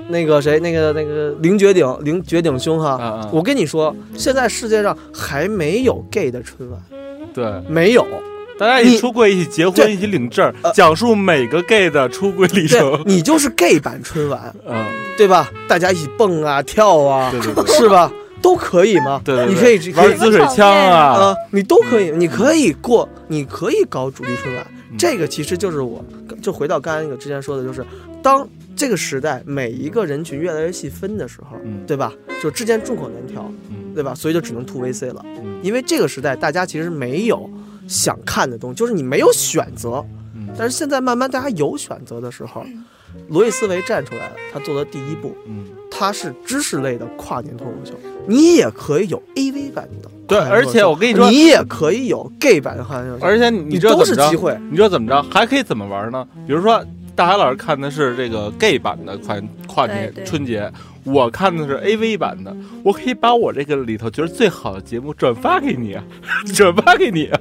S6: 那个谁，那个那个零绝顶零绝顶兄哈，
S2: 啊啊
S6: 我跟你说，现在世界上还没有 gay 的春晚，
S2: 对，
S6: 没有。
S2: 大家一起出柜，一起结婚，
S6: 对
S2: 一起领证
S6: 呃，
S2: 讲述每个 gay 的出柜历
S6: 对，
S2: 程。
S6: 你就是 gay 版春晚，
S2: 嗯，
S6: 对吧？大家一起蹦啊跳啊，
S2: 对对对
S6: 是吧？都可以吗？
S2: 对对，
S6: 你
S2: 对
S6: 可以可以
S2: 玩滋水枪
S6: 啊、
S2: 啊，
S6: 你都可以，你可以过，你可以搞主力春晚，
S2: 嗯
S6: 这个其实就是我，就回到刚才那个之前说的，就是当这个时代每一个人群越来越细分的时候，
S2: 嗯
S6: 对吧？就之间众口难调，
S2: 嗯
S6: 对吧？所以就只能 to VC 了，
S2: 嗯
S6: 因为这个时代大家其实没有想看的东西，就是你没有选择。
S2: 嗯
S6: 但是现在慢慢大家有选择的时候，罗辑思维站出来了，他做的第一步，
S2: 嗯，
S6: 他是知识类的跨年脱口秀，你也可以有 AV 版的。
S2: 对，而且我跟你说，
S6: 你也可以有 gay 版的汉
S2: 而
S6: 且
S2: 且你
S6: 你
S2: 知道
S6: 都
S2: 怎么
S6: 是
S2: 着
S6: 机？会，
S2: 你知道怎么着？还可以怎么玩呢？比如说，大海老师看的是这个 gay 版的跨跨年
S8: 对对
S2: 春节，我看的是 AV 版的，我可以把我这个里头觉得最好的节目转发给你，啊， 转发给你啊。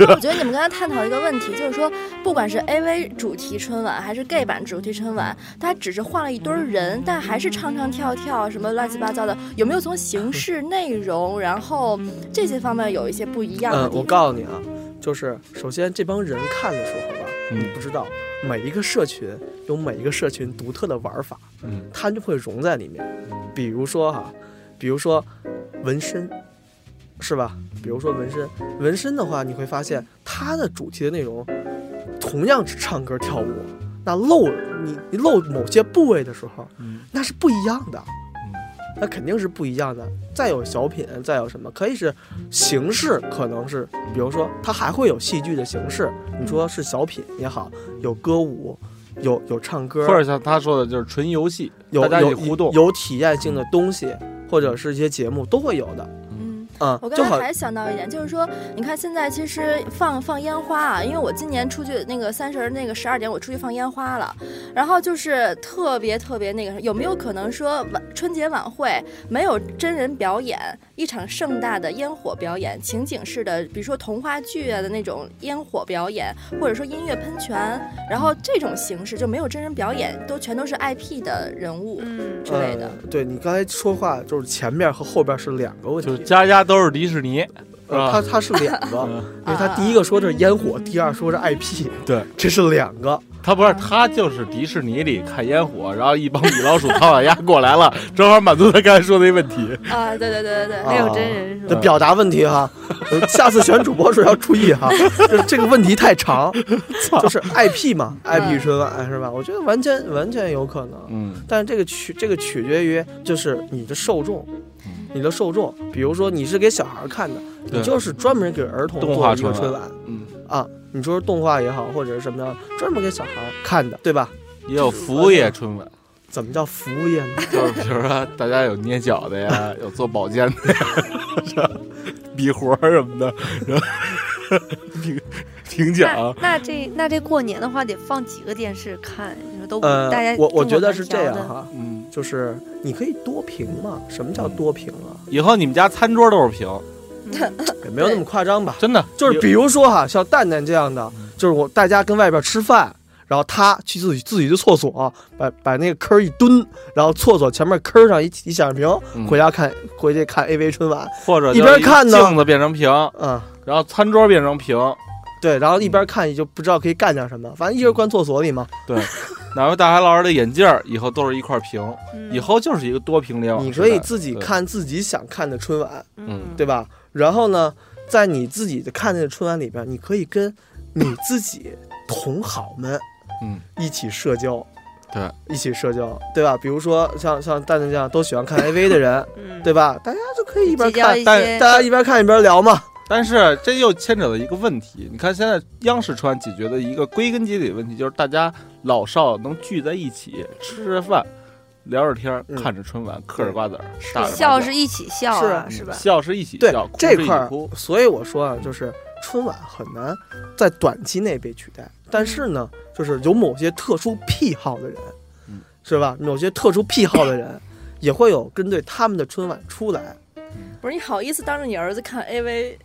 S7: 我觉得你们刚才探讨一个问题，就是说，不管是 AV 主题春晚还是 gay 版主题春晚，它只是换了一堆人，但还是唱唱跳跳什么乱七八糟的，有没有从形式、内容，然后这些方面有一些不一样的
S6: 嗯，
S7: 地
S6: 我
S7: 方？
S6: 告诉你啊，就是首先这帮人看的时候吧，
S2: 嗯
S6: 你不知道每一个社群有每一个社群独特的玩法，
S2: 嗯
S6: 它就会融在里面。比如说哈、比如说纹身，是吧？比如说纹身，纹身的话，你会发现它的主题的内容同样是唱歌跳舞，那露你你露某些部位的时候，
S2: 嗯
S6: 那是不一样的，那肯定是不一样的。再有小品，再有什么，可以是形式，可能是比如说它还会有戏剧的形式，你说是小品也好，有歌舞，有有唱歌，
S2: 或者像他说的，就是纯游戏，
S6: 有
S2: 大家一
S6: 有
S2: 起互动。
S6: 有体验性的东西，或者是一些节目都会有的，
S7: 嗯。
S6: 嗯
S7: 我，
S6: 就
S7: 刚才
S6: 好。
S7: 还想到一点，就是说，你看现在其实放放烟花啊，因为我今年出去那个三十儿那个十二点我出去放烟花了，然后就是特别特别那个什么，有没有可能说晚春节晚会没有真人表演，一场盛大的烟火表演，情景式的，比如说童话剧啊的那种烟火表演，或者说音乐喷泉，然后这种形式就没有真人表演，都全都是 IP 的人物
S8: 嗯，
S7: 之类的。
S6: 呃对你刚才说话就是前面和后边是两个问题，
S2: 就是家家都是迪士尼，
S6: 呃，它
S2: 是吧
S6: 它是两个，
S2: 嗯
S6: 因为它第一个说的是烟
S7: 啊
S6: 火，第二说是 IP，
S2: 对，
S6: 这是两个。
S2: 他不是他就是迪士尼里看烟火，然后一帮米老鼠、唐老鸭过来了，正好满足他刚才说的一问题。
S7: 啊，对对对对对。
S8: 没有
S6: 啊
S8: 真人是吧？
S6: 的表达问 题哈，呃下次选主播时候要注意哈，就是这个问题 太长，就是 IP 嘛，IP 春晚哎是吧？我觉得完全完全有可能，
S2: 哎嗯
S6: 但是这个取这个取决于就是你的受众，你的受众，比如说你是给小孩看的，
S2: 嗯对
S6: 你就是专门给儿童
S2: 动
S6: 做
S2: 画
S6: 一个
S2: 春
S6: 春
S2: 晚
S6: 晚
S2: 嗯，
S6: 啊，你说是动画也好，或者是什么样，专门给小孩看的，对吧？
S2: 也有服务业春晚，
S6: 怎么叫服务 业呢？
S2: 就是比如说大家有捏脚的呀，有做保健的呀，是吧比活儿什么的，评评
S8: 那
S6: 啊
S2: 奖，
S8: 那这那这过年的话，得放几个电视看？你说都不
S6: 呃
S8: 大家，
S6: 我我
S8: 众口
S6: 觉得
S8: 难
S6: 是
S8: 调
S6: 这样
S8: 的
S6: 哈，
S2: 嗯，
S6: 就是你可以多屏嘛。什么叫多屏啊？
S2: 以后你们家餐桌都是平，
S8: 嗯
S6: 也没有那么夸张吧？
S2: 真的
S6: 就是比如说哈，像蛋蛋这样的，就是我大家跟外边吃饭，然后他去自己自己的厕所，把把那个坑儿一蹲，然后厕所前面坑儿上一一显示
S2: 嗯
S6: 屏，回家看回去看 AV 春晚，
S2: 或者
S6: 一边
S2: 就是
S6: 看呢
S2: 镜子变成平，
S6: 嗯，
S2: 然后餐桌变成平，
S6: 对，然后一边看你就不知道可以干点什么，反正一直关厕所里嘛。
S2: 哪位大海老师的眼镜儿以后都是一块屏，
S8: 嗯
S2: 以后嗯就是一个多屏联网
S6: 你
S2: 时
S6: 可
S2: 代。
S6: 以自己
S2: 对
S6: 看自己想看的春晚，
S2: 嗯
S6: 对吧？然后呢，在你自己的看的春晚里边，你可以跟你自己同好们，
S2: 嗯，
S6: 一起社交，
S2: 对，
S6: 一起社交，对吧？比如说像像蛋蛋这样都喜欢看 AV 的 人，
S8: 嗯，
S6: 对吧？大家就可以一边
S8: 结交
S6: 看，
S8: 一
S2: 但
S8: 些
S6: 大家一边看一边聊嘛。
S2: 但是这又牵扯到一个问题，你看现在央视春晚解决的一个归根结底的问题，就是大家老少能聚在一起吃着饭，聊着天儿，
S6: 嗯
S2: 看着春晚，嗑着瓜子儿，
S6: 的
S2: 打着麻
S8: 笑
S2: 将
S8: 是一起笑
S6: 是
S8: 啊，
S6: 啊
S8: 是吧？
S2: 笑是一起
S6: 对
S2: 笑，哭
S6: 这
S2: 是一
S6: 块
S2: 起
S6: 儿
S2: 哭，，
S6: 所以我说啊，就是春晚很难在短期内被取代，但是呢，就是有某些特殊癖好的人，
S2: 嗯
S6: 是吧？某些特殊癖好的人也会有针对他们的春晚出来，
S7: 不是你好意思当着你儿子看 AV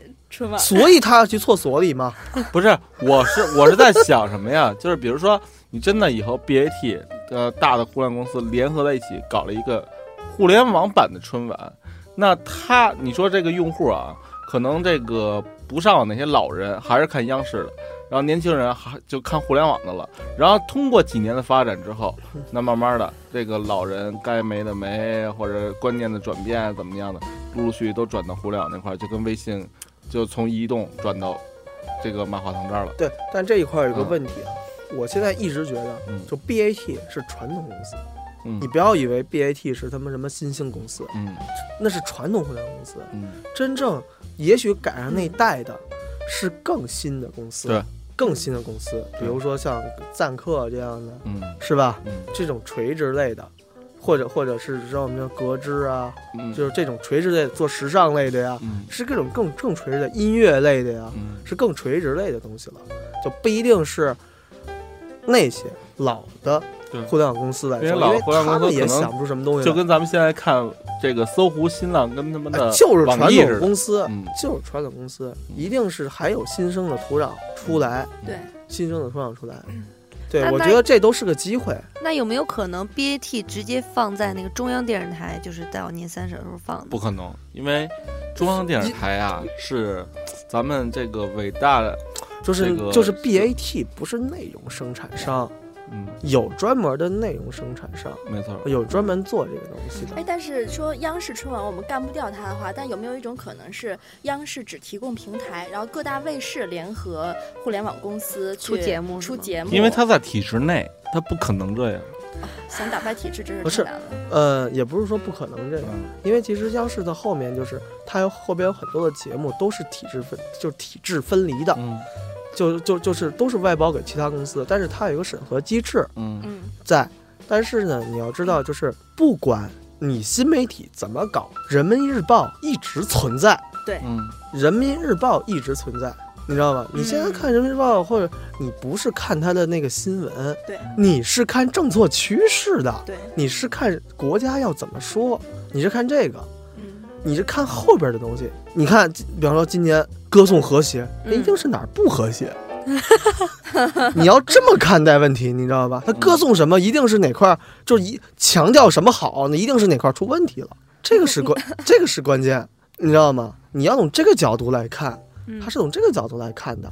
S7: 春晚？
S6: 所以他要去厕所里嘛。
S2: 不是，我是我是在想什么呀？ 就是比如说，你真的以后 BAT 呃大的互联网公司联合在一起搞了一个互联网版的春晚，那他你说这个用户啊，可能这个不上网那些老人还是看央视的，然后年轻人还就看互联网的了，然后通过几年的发展之后， 那慢慢的这个老人该没的没，或者观念的转变怎么样的，陆陆续续都转到互联网那块儿，就跟微信就从移动转到。这个马化腾这儿了，
S6: 对，但这一块儿有个
S2: 嗯
S6: 问题啊，我现在一直觉得
S2: 嗯，
S6: 就 BAT 是传统公司，
S2: 嗯
S6: 你不要以为 BAT 是他们什么新兴公司，
S2: 嗯
S6: 那是传统互联网公司，
S2: 嗯，
S6: 真正也许赶上那一代的，是更新的公司，
S2: 对，
S6: 更新的公司，比如说像赞客这样的，
S2: 嗯
S6: 是吧？
S2: 嗯
S6: 这种垂直类的，或者或者是知道我们叫格致啊，
S2: 嗯，
S6: 就是这种垂直类的做时尚类的呀，
S2: 嗯
S6: 是各种更更垂直的音乐类的呀，
S2: 嗯
S6: 是更垂直类的东西了，就不一定是那些老的
S2: 对
S6: 互联网公司来做，
S2: 因为
S6: 因
S2: 老
S6: 为
S2: 互联网
S6: 他
S2: 公
S6: 们
S2: 司
S6: 也
S2: 可能
S6: 想不出什么东西来，
S2: 就跟咱们现在看这个搜狐、新浪跟他们
S6: 哎
S2: 的
S6: 就是传
S2: 网易
S6: 统
S2: 似的，
S6: 公司，
S2: 嗯
S6: 就是传统公司，
S2: 嗯
S6: 一定是还有新生的土壤出来，
S7: 对，
S6: 新生的土壤出来。对
S8: 那，
S6: 我
S8: 那
S6: 觉得这都是个机会。
S8: 那有没有可能 BAT 直接放在那个中央电视台，就是到年三十的时候放的？
S2: 不可能，因为中央电视台啊是咱们这个伟大的，
S6: 就是
S2: 这个
S6: 就是是 BAT 不是内容生产商，
S2: 嗯，
S6: 有专门的内容生产商，
S2: 没错，
S6: 有专门做这个东西的
S7: 哎，。但是说央视春晚我们干不掉它的话，但有没有一种可能是央视只提供平台，然后各大卫视联合互联网公司去
S8: 出节目是
S7: 出
S8: 吗
S7: 节目？
S2: 因为它在体制内，它不可能这样，
S7: 想打败体制真
S6: 不
S7: 是
S6: 是
S7: 太难了。
S6: 呃，也不是说不可能这样，
S2: 嗯
S6: 因为其实央视的后面就是它有后边有很多的节目都是体制分，就是体制分离的，
S2: 嗯
S6: 就就就是都是外包给其他公司，但是它有一个审核机制，
S2: 嗯
S7: 嗯，
S6: 在。但是呢，你要知道，就是不管你新媒体怎么搞，《人民日报》一直存在，
S2: 嗯
S6: 《人民日报》一直存在，你知道吗？你现
S7: 嗯
S6: 在看《人民日报》，或者你不是看它的那个新闻，
S7: 对，
S6: 你是看政策趋势的，
S7: 对，
S6: 你是看国家要怎么说，你是看这个。
S7: 嗯，
S6: 你是看后边的东西，你看，比方说今年歌颂和谐，
S7: 嗯
S6: 一定是哪儿不和 谐。你要这么看待问题，你知道吧？他歌颂什么，一定是哪块儿，就一强调什么好，那一定是哪块儿出问题了。这个是 关，这个是关键，你知道吗？你要从这个角度来看，
S8: 嗯
S6: 他是从这个角度来看的，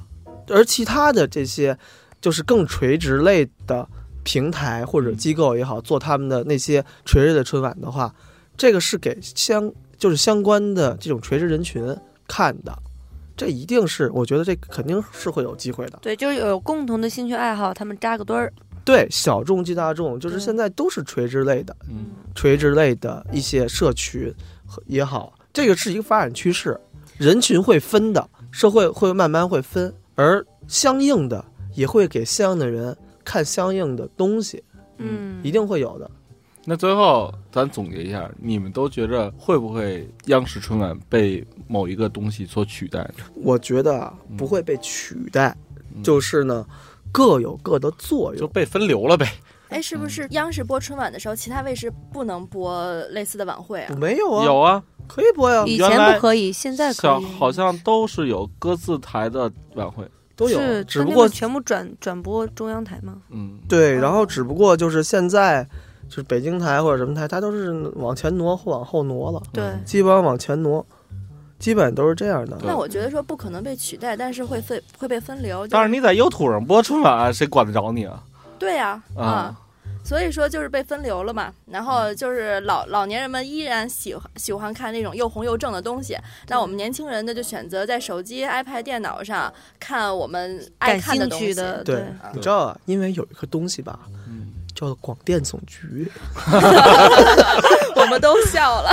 S6: 而其他的这些，就是更垂直类的平台或者机构也好，做他们的那些垂直的春晚的话，这个是给相就是相关的这种垂直人群看的，这一定是我觉得这肯定是会有机会的。
S8: 对，就是有共同的兴趣爱好，他们扎个堆儿。
S6: 对，小众即大众，就是
S8: 对
S6: 现在都是垂直类的，
S2: 嗯，
S6: 垂直类的一些社群和也好，这个是一个发展趋势，人群会分的，社会会慢慢会分，而相应的也会给相应的人看相应的东西，
S8: 嗯
S6: 一定会有的。
S2: 那最后咱总结一下，你们都觉着会不会央视春晚被某一个东西所取代呢？
S6: 我觉得啊
S2: 嗯
S6: 不会被取代，
S2: 嗯
S6: 就是呢，各有各的作
S2: 就
S6: 用。
S2: 被分流了呗？
S7: 哎，是不是央视播春晚的时候，其他卫视不能播类似的晚会啊？
S6: 没有啊，
S2: 有啊，
S6: 可以播呀，
S8: 以
S2: 原
S8: 前
S2: 来
S8: 不可以，现在可
S2: 小
S8: 以，
S2: 好像都是有各自台的晚会，
S6: 都有啊，
S8: 是，
S6: 只
S8: 它
S6: 不
S8: 那
S6: 过
S8: 个全部转转播中央台嘛。
S2: 嗯，
S6: 对，然后只不过就是现在，就是北京台或者什么台，它都是往前挪或往后挪了，
S8: 对，
S2: 嗯
S6: 基本上往前挪，基本都是这样的。
S2: 对
S7: 那我觉得说不可能被取代，但是会分会被分流。就
S2: 但是你在优土上播春晚，谁管得着你啊？
S7: 对呀、啊，
S2: 啊，
S7: 所以说就是被分流了嘛。然
S8: 嗯
S7: 后就是老老年人们依然喜欢喜欢看那种又红又正的东西，那我们年轻人呢就选择在手机、iPad、电脑上看我们爱
S8: 感
S7: 看
S8: 兴
S7: 东
S8: 趣
S7: 西。
S8: 的，
S6: 对，你知道啊，因为有一个东西吧，
S2: 嗯
S6: 叫做广电总局，
S7: 我们都笑 了。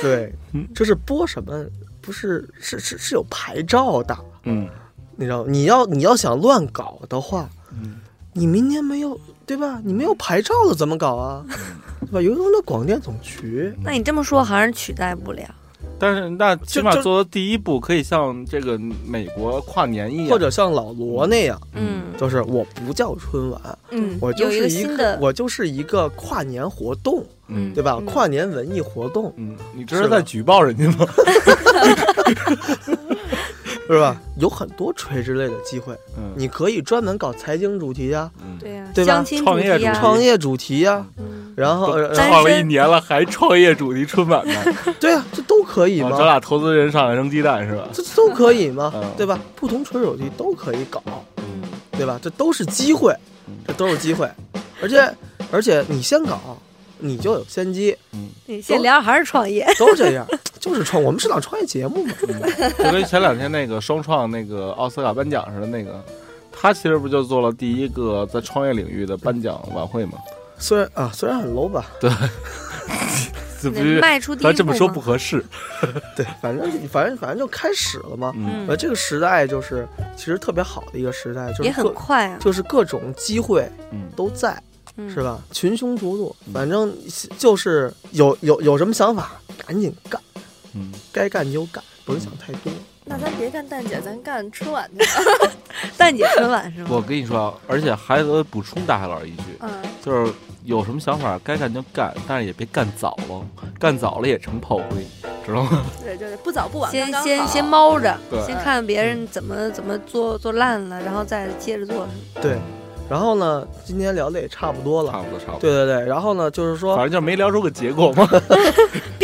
S6: 对，就是播什么不是是是是有牌照的，
S2: 嗯，
S6: 你知道，你要你要想乱搞的话，
S2: 嗯
S6: 你明年没有对吧？你没有牌照了怎么搞啊？对吧？有一种叫广电总局，
S8: 那你这么说还是取代不了。
S2: 但是那起码
S6: 就就
S2: 做的第一步，可以像这个美国跨年一样，
S6: 或者像老罗那样，
S8: 嗯
S6: 就是我不叫春晚，
S8: 嗯，
S6: 我就
S8: 有一
S6: 是
S8: 个
S6: 一
S8: 新的，
S6: 我就是一个跨年活动，
S2: 嗯
S6: 对吧？
S8: 嗯
S6: 跨年文艺活动
S2: 嗯，你这是在举报人家吗？
S6: 是吧？有很多垂直类的机会，
S2: 嗯，
S6: 你可以专门搞财经主题呀、
S2: 嗯
S8: 对呀，
S6: 对吧
S8: 相亲
S2: 创
S8: 主
S2: 业
S8: 题啊，
S2: 主
S6: 创业主题呀、
S8: 嗯
S6: 然后
S2: 嗯都
S6: 然
S8: 咱
S6: 后
S2: 创了一年了，还创业主题春晚呢？
S6: 对啊，这都可以
S2: 哦
S6: 嘛，
S2: 咱俩投资人上来扔鸡蛋 是吧？
S6: 这都可以嘛
S2: 嗯，
S6: 对吧？不同垂直主题都可以搞，
S8: 嗯，
S6: 对吧？这都是机会，
S2: 嗯
S6: 这都是机会，而且而且你先搞，你就有先机，
S8: 你先聊还是创业？
S6: 都这样， 就是创，我们是档创业节目嘛，
S2: 就跟前两天那个双创那个奥斯卡颁奖似的，那个他其实不就做了第一个在创业领域的颁奖晚会吗？
S6: 虽然啊虽然很 low 吧，
S2: 这不
S8: 能
S2: 是
S8: 迈出第一步
S2: 咱这么说
S8: 吗
S2: 不合适。
S6: 对，反正反正反正就开始了嘛。
S2: 嗯
S6: 呃，
S8: 嗯，
S6: 这个时代就是其实特别好的一个时代，就是
S8: 也很
S6: 各
S8: 快啊，
S6: 就是各种机会
S2: 嗯
S6: 都在，
S8: 嗯
S6: 是？吧？群雄逐鹿，
S2: 嗯
S6: 反正就是有有有什么想法赶紧干，
S2: 嗯，
S6: 该干就干，不用想太多。
S7: 那咱别干蛋姐，咱干春晚去。
S8: 蛋姐春晚是吗？
S2: 我跟你说啊，而且还得补充大海老师一句，
S7: 嗯，
S2: 就是有什么想法该干就干，但是也别干早了，干早了也成炮灰，知道吗？
S7: 对，就是不早不晚，
S8: 先
S7: 刚刚好
S8: 先先猫着
S2: 嗯对，
S8: 先看别人怎么怎么做做烂了，然后再接着做。
S6: 对，然后呢，今天聊的也差不多了。
S2: 差不多，差不多。
S6: 对对对，然后呢，就是
S2: 反
S6: 说
S2: 正就没聊出个结果 嘛。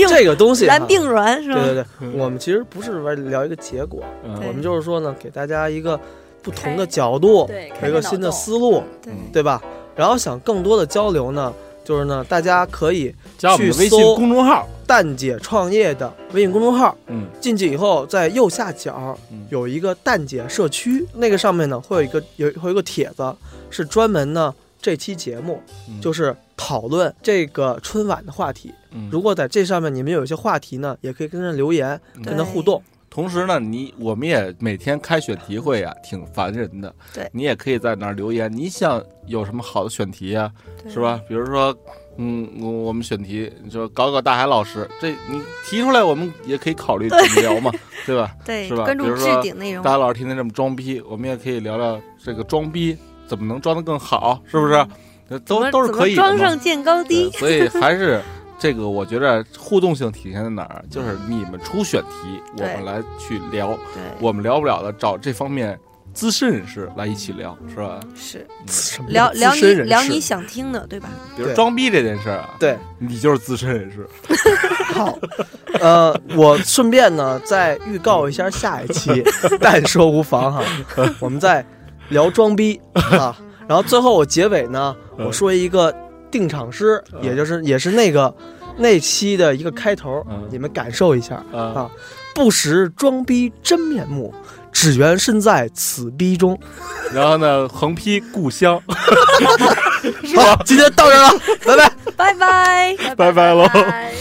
S6: 这个东西哈，
S8: 咱并卵是
S6: 对对
S8: 吗？
S6: 对，我们其实不是玩聊一个结果，
S8: 对
S6: 我
S2: 嗯
S6: 们就是说呢，给大家一个不同的
S7: 开
S6: 角度，
S7: 对，
S6: 有
S7: 开
S6: 一个
S7: 个
S6: 新的
S7: 脑洞
S6: 思路，
S8: 对
S2: 嗯
S6: 对吧？然后想更多的交流呢，就是呢，大家可以
S2: 加我们的微信公众号，
S6: 蛋姐创业的微信公众号，
S2: 嗯，
S6: 进去以后在右下角
S2: 嗯
S6: 有一个蛋姐社区，那个上面呢会有一个有会有一个帖子，是专门呢这期节目
S2: 嗯
S6: 就是讨论这个春晚的话题。
S2: 嗯
S6: 如果在这上面你们有一些话题呢，也可以跟着留言，跟他
S8: 对
S6: 互动。
S2: 同时呢，你我们也每天开选题会啊，挺烦人的。
S8: 对
S2: 你也可以在那儿留言，你想有什么好的选题啊，
S8: 对
S2: 是？吧？比如说，嗯，我我们选题，你说搞搞大海老师，这你提出来，我们也可以考虑怎么聊 嘛，对吧？
S8: 对，
S2: 是吧
S8: 关
S2: 比
S8: 注
S2: 如
S8: 置
S2: 说
S8: 顶内容
S2: 大。海老师天天这么装逼，我们也可以聊聊这个装逼怎么能装得更好，是不是？
S8: 嗯怎
S2: 都
S8: 么
S2: 都是
S8: 怎么
S2: 可以的
S8: 装
S2: 嘛
S8: 上见高低
S2: 对，所以还 是这个，我觉着互动性体现在哪儿？就是你们出选题，我
S8: 对
S2: 们来去聊，
S8: 对，
S2: 我们聊不了的，找这方面资深人士来一起聊，是吧？
S8: 是
S6: 什么叫
S8: 聊
S6: 资
S8: 聊你
S6: 深人
S8: 聊
S6: 士
S8: 你想听的，对吧？
S2: 比如
S6: 对
S2: 装逼这件事儿啊，
S6: 对，
S2: 你就是资深人士。
S6: 好，呃，我顺便呢再预告一下下一期，但说无妨哈，我们再聊装逼啊。然后最后我结尾呢，我说一个定场诗，也就是也是那个那期的一个开头
S2: 嗯，
S6: 你们感受一下。
S2: 啊，
S6: 不识装逼真面目，只缘身在此逼中。
S2: 然后呢，横批故乡，
S6: 好，今天到这儿了，拜拜。
S8: 拜 拜。
S2: 拜拜喽
S7: 拜拜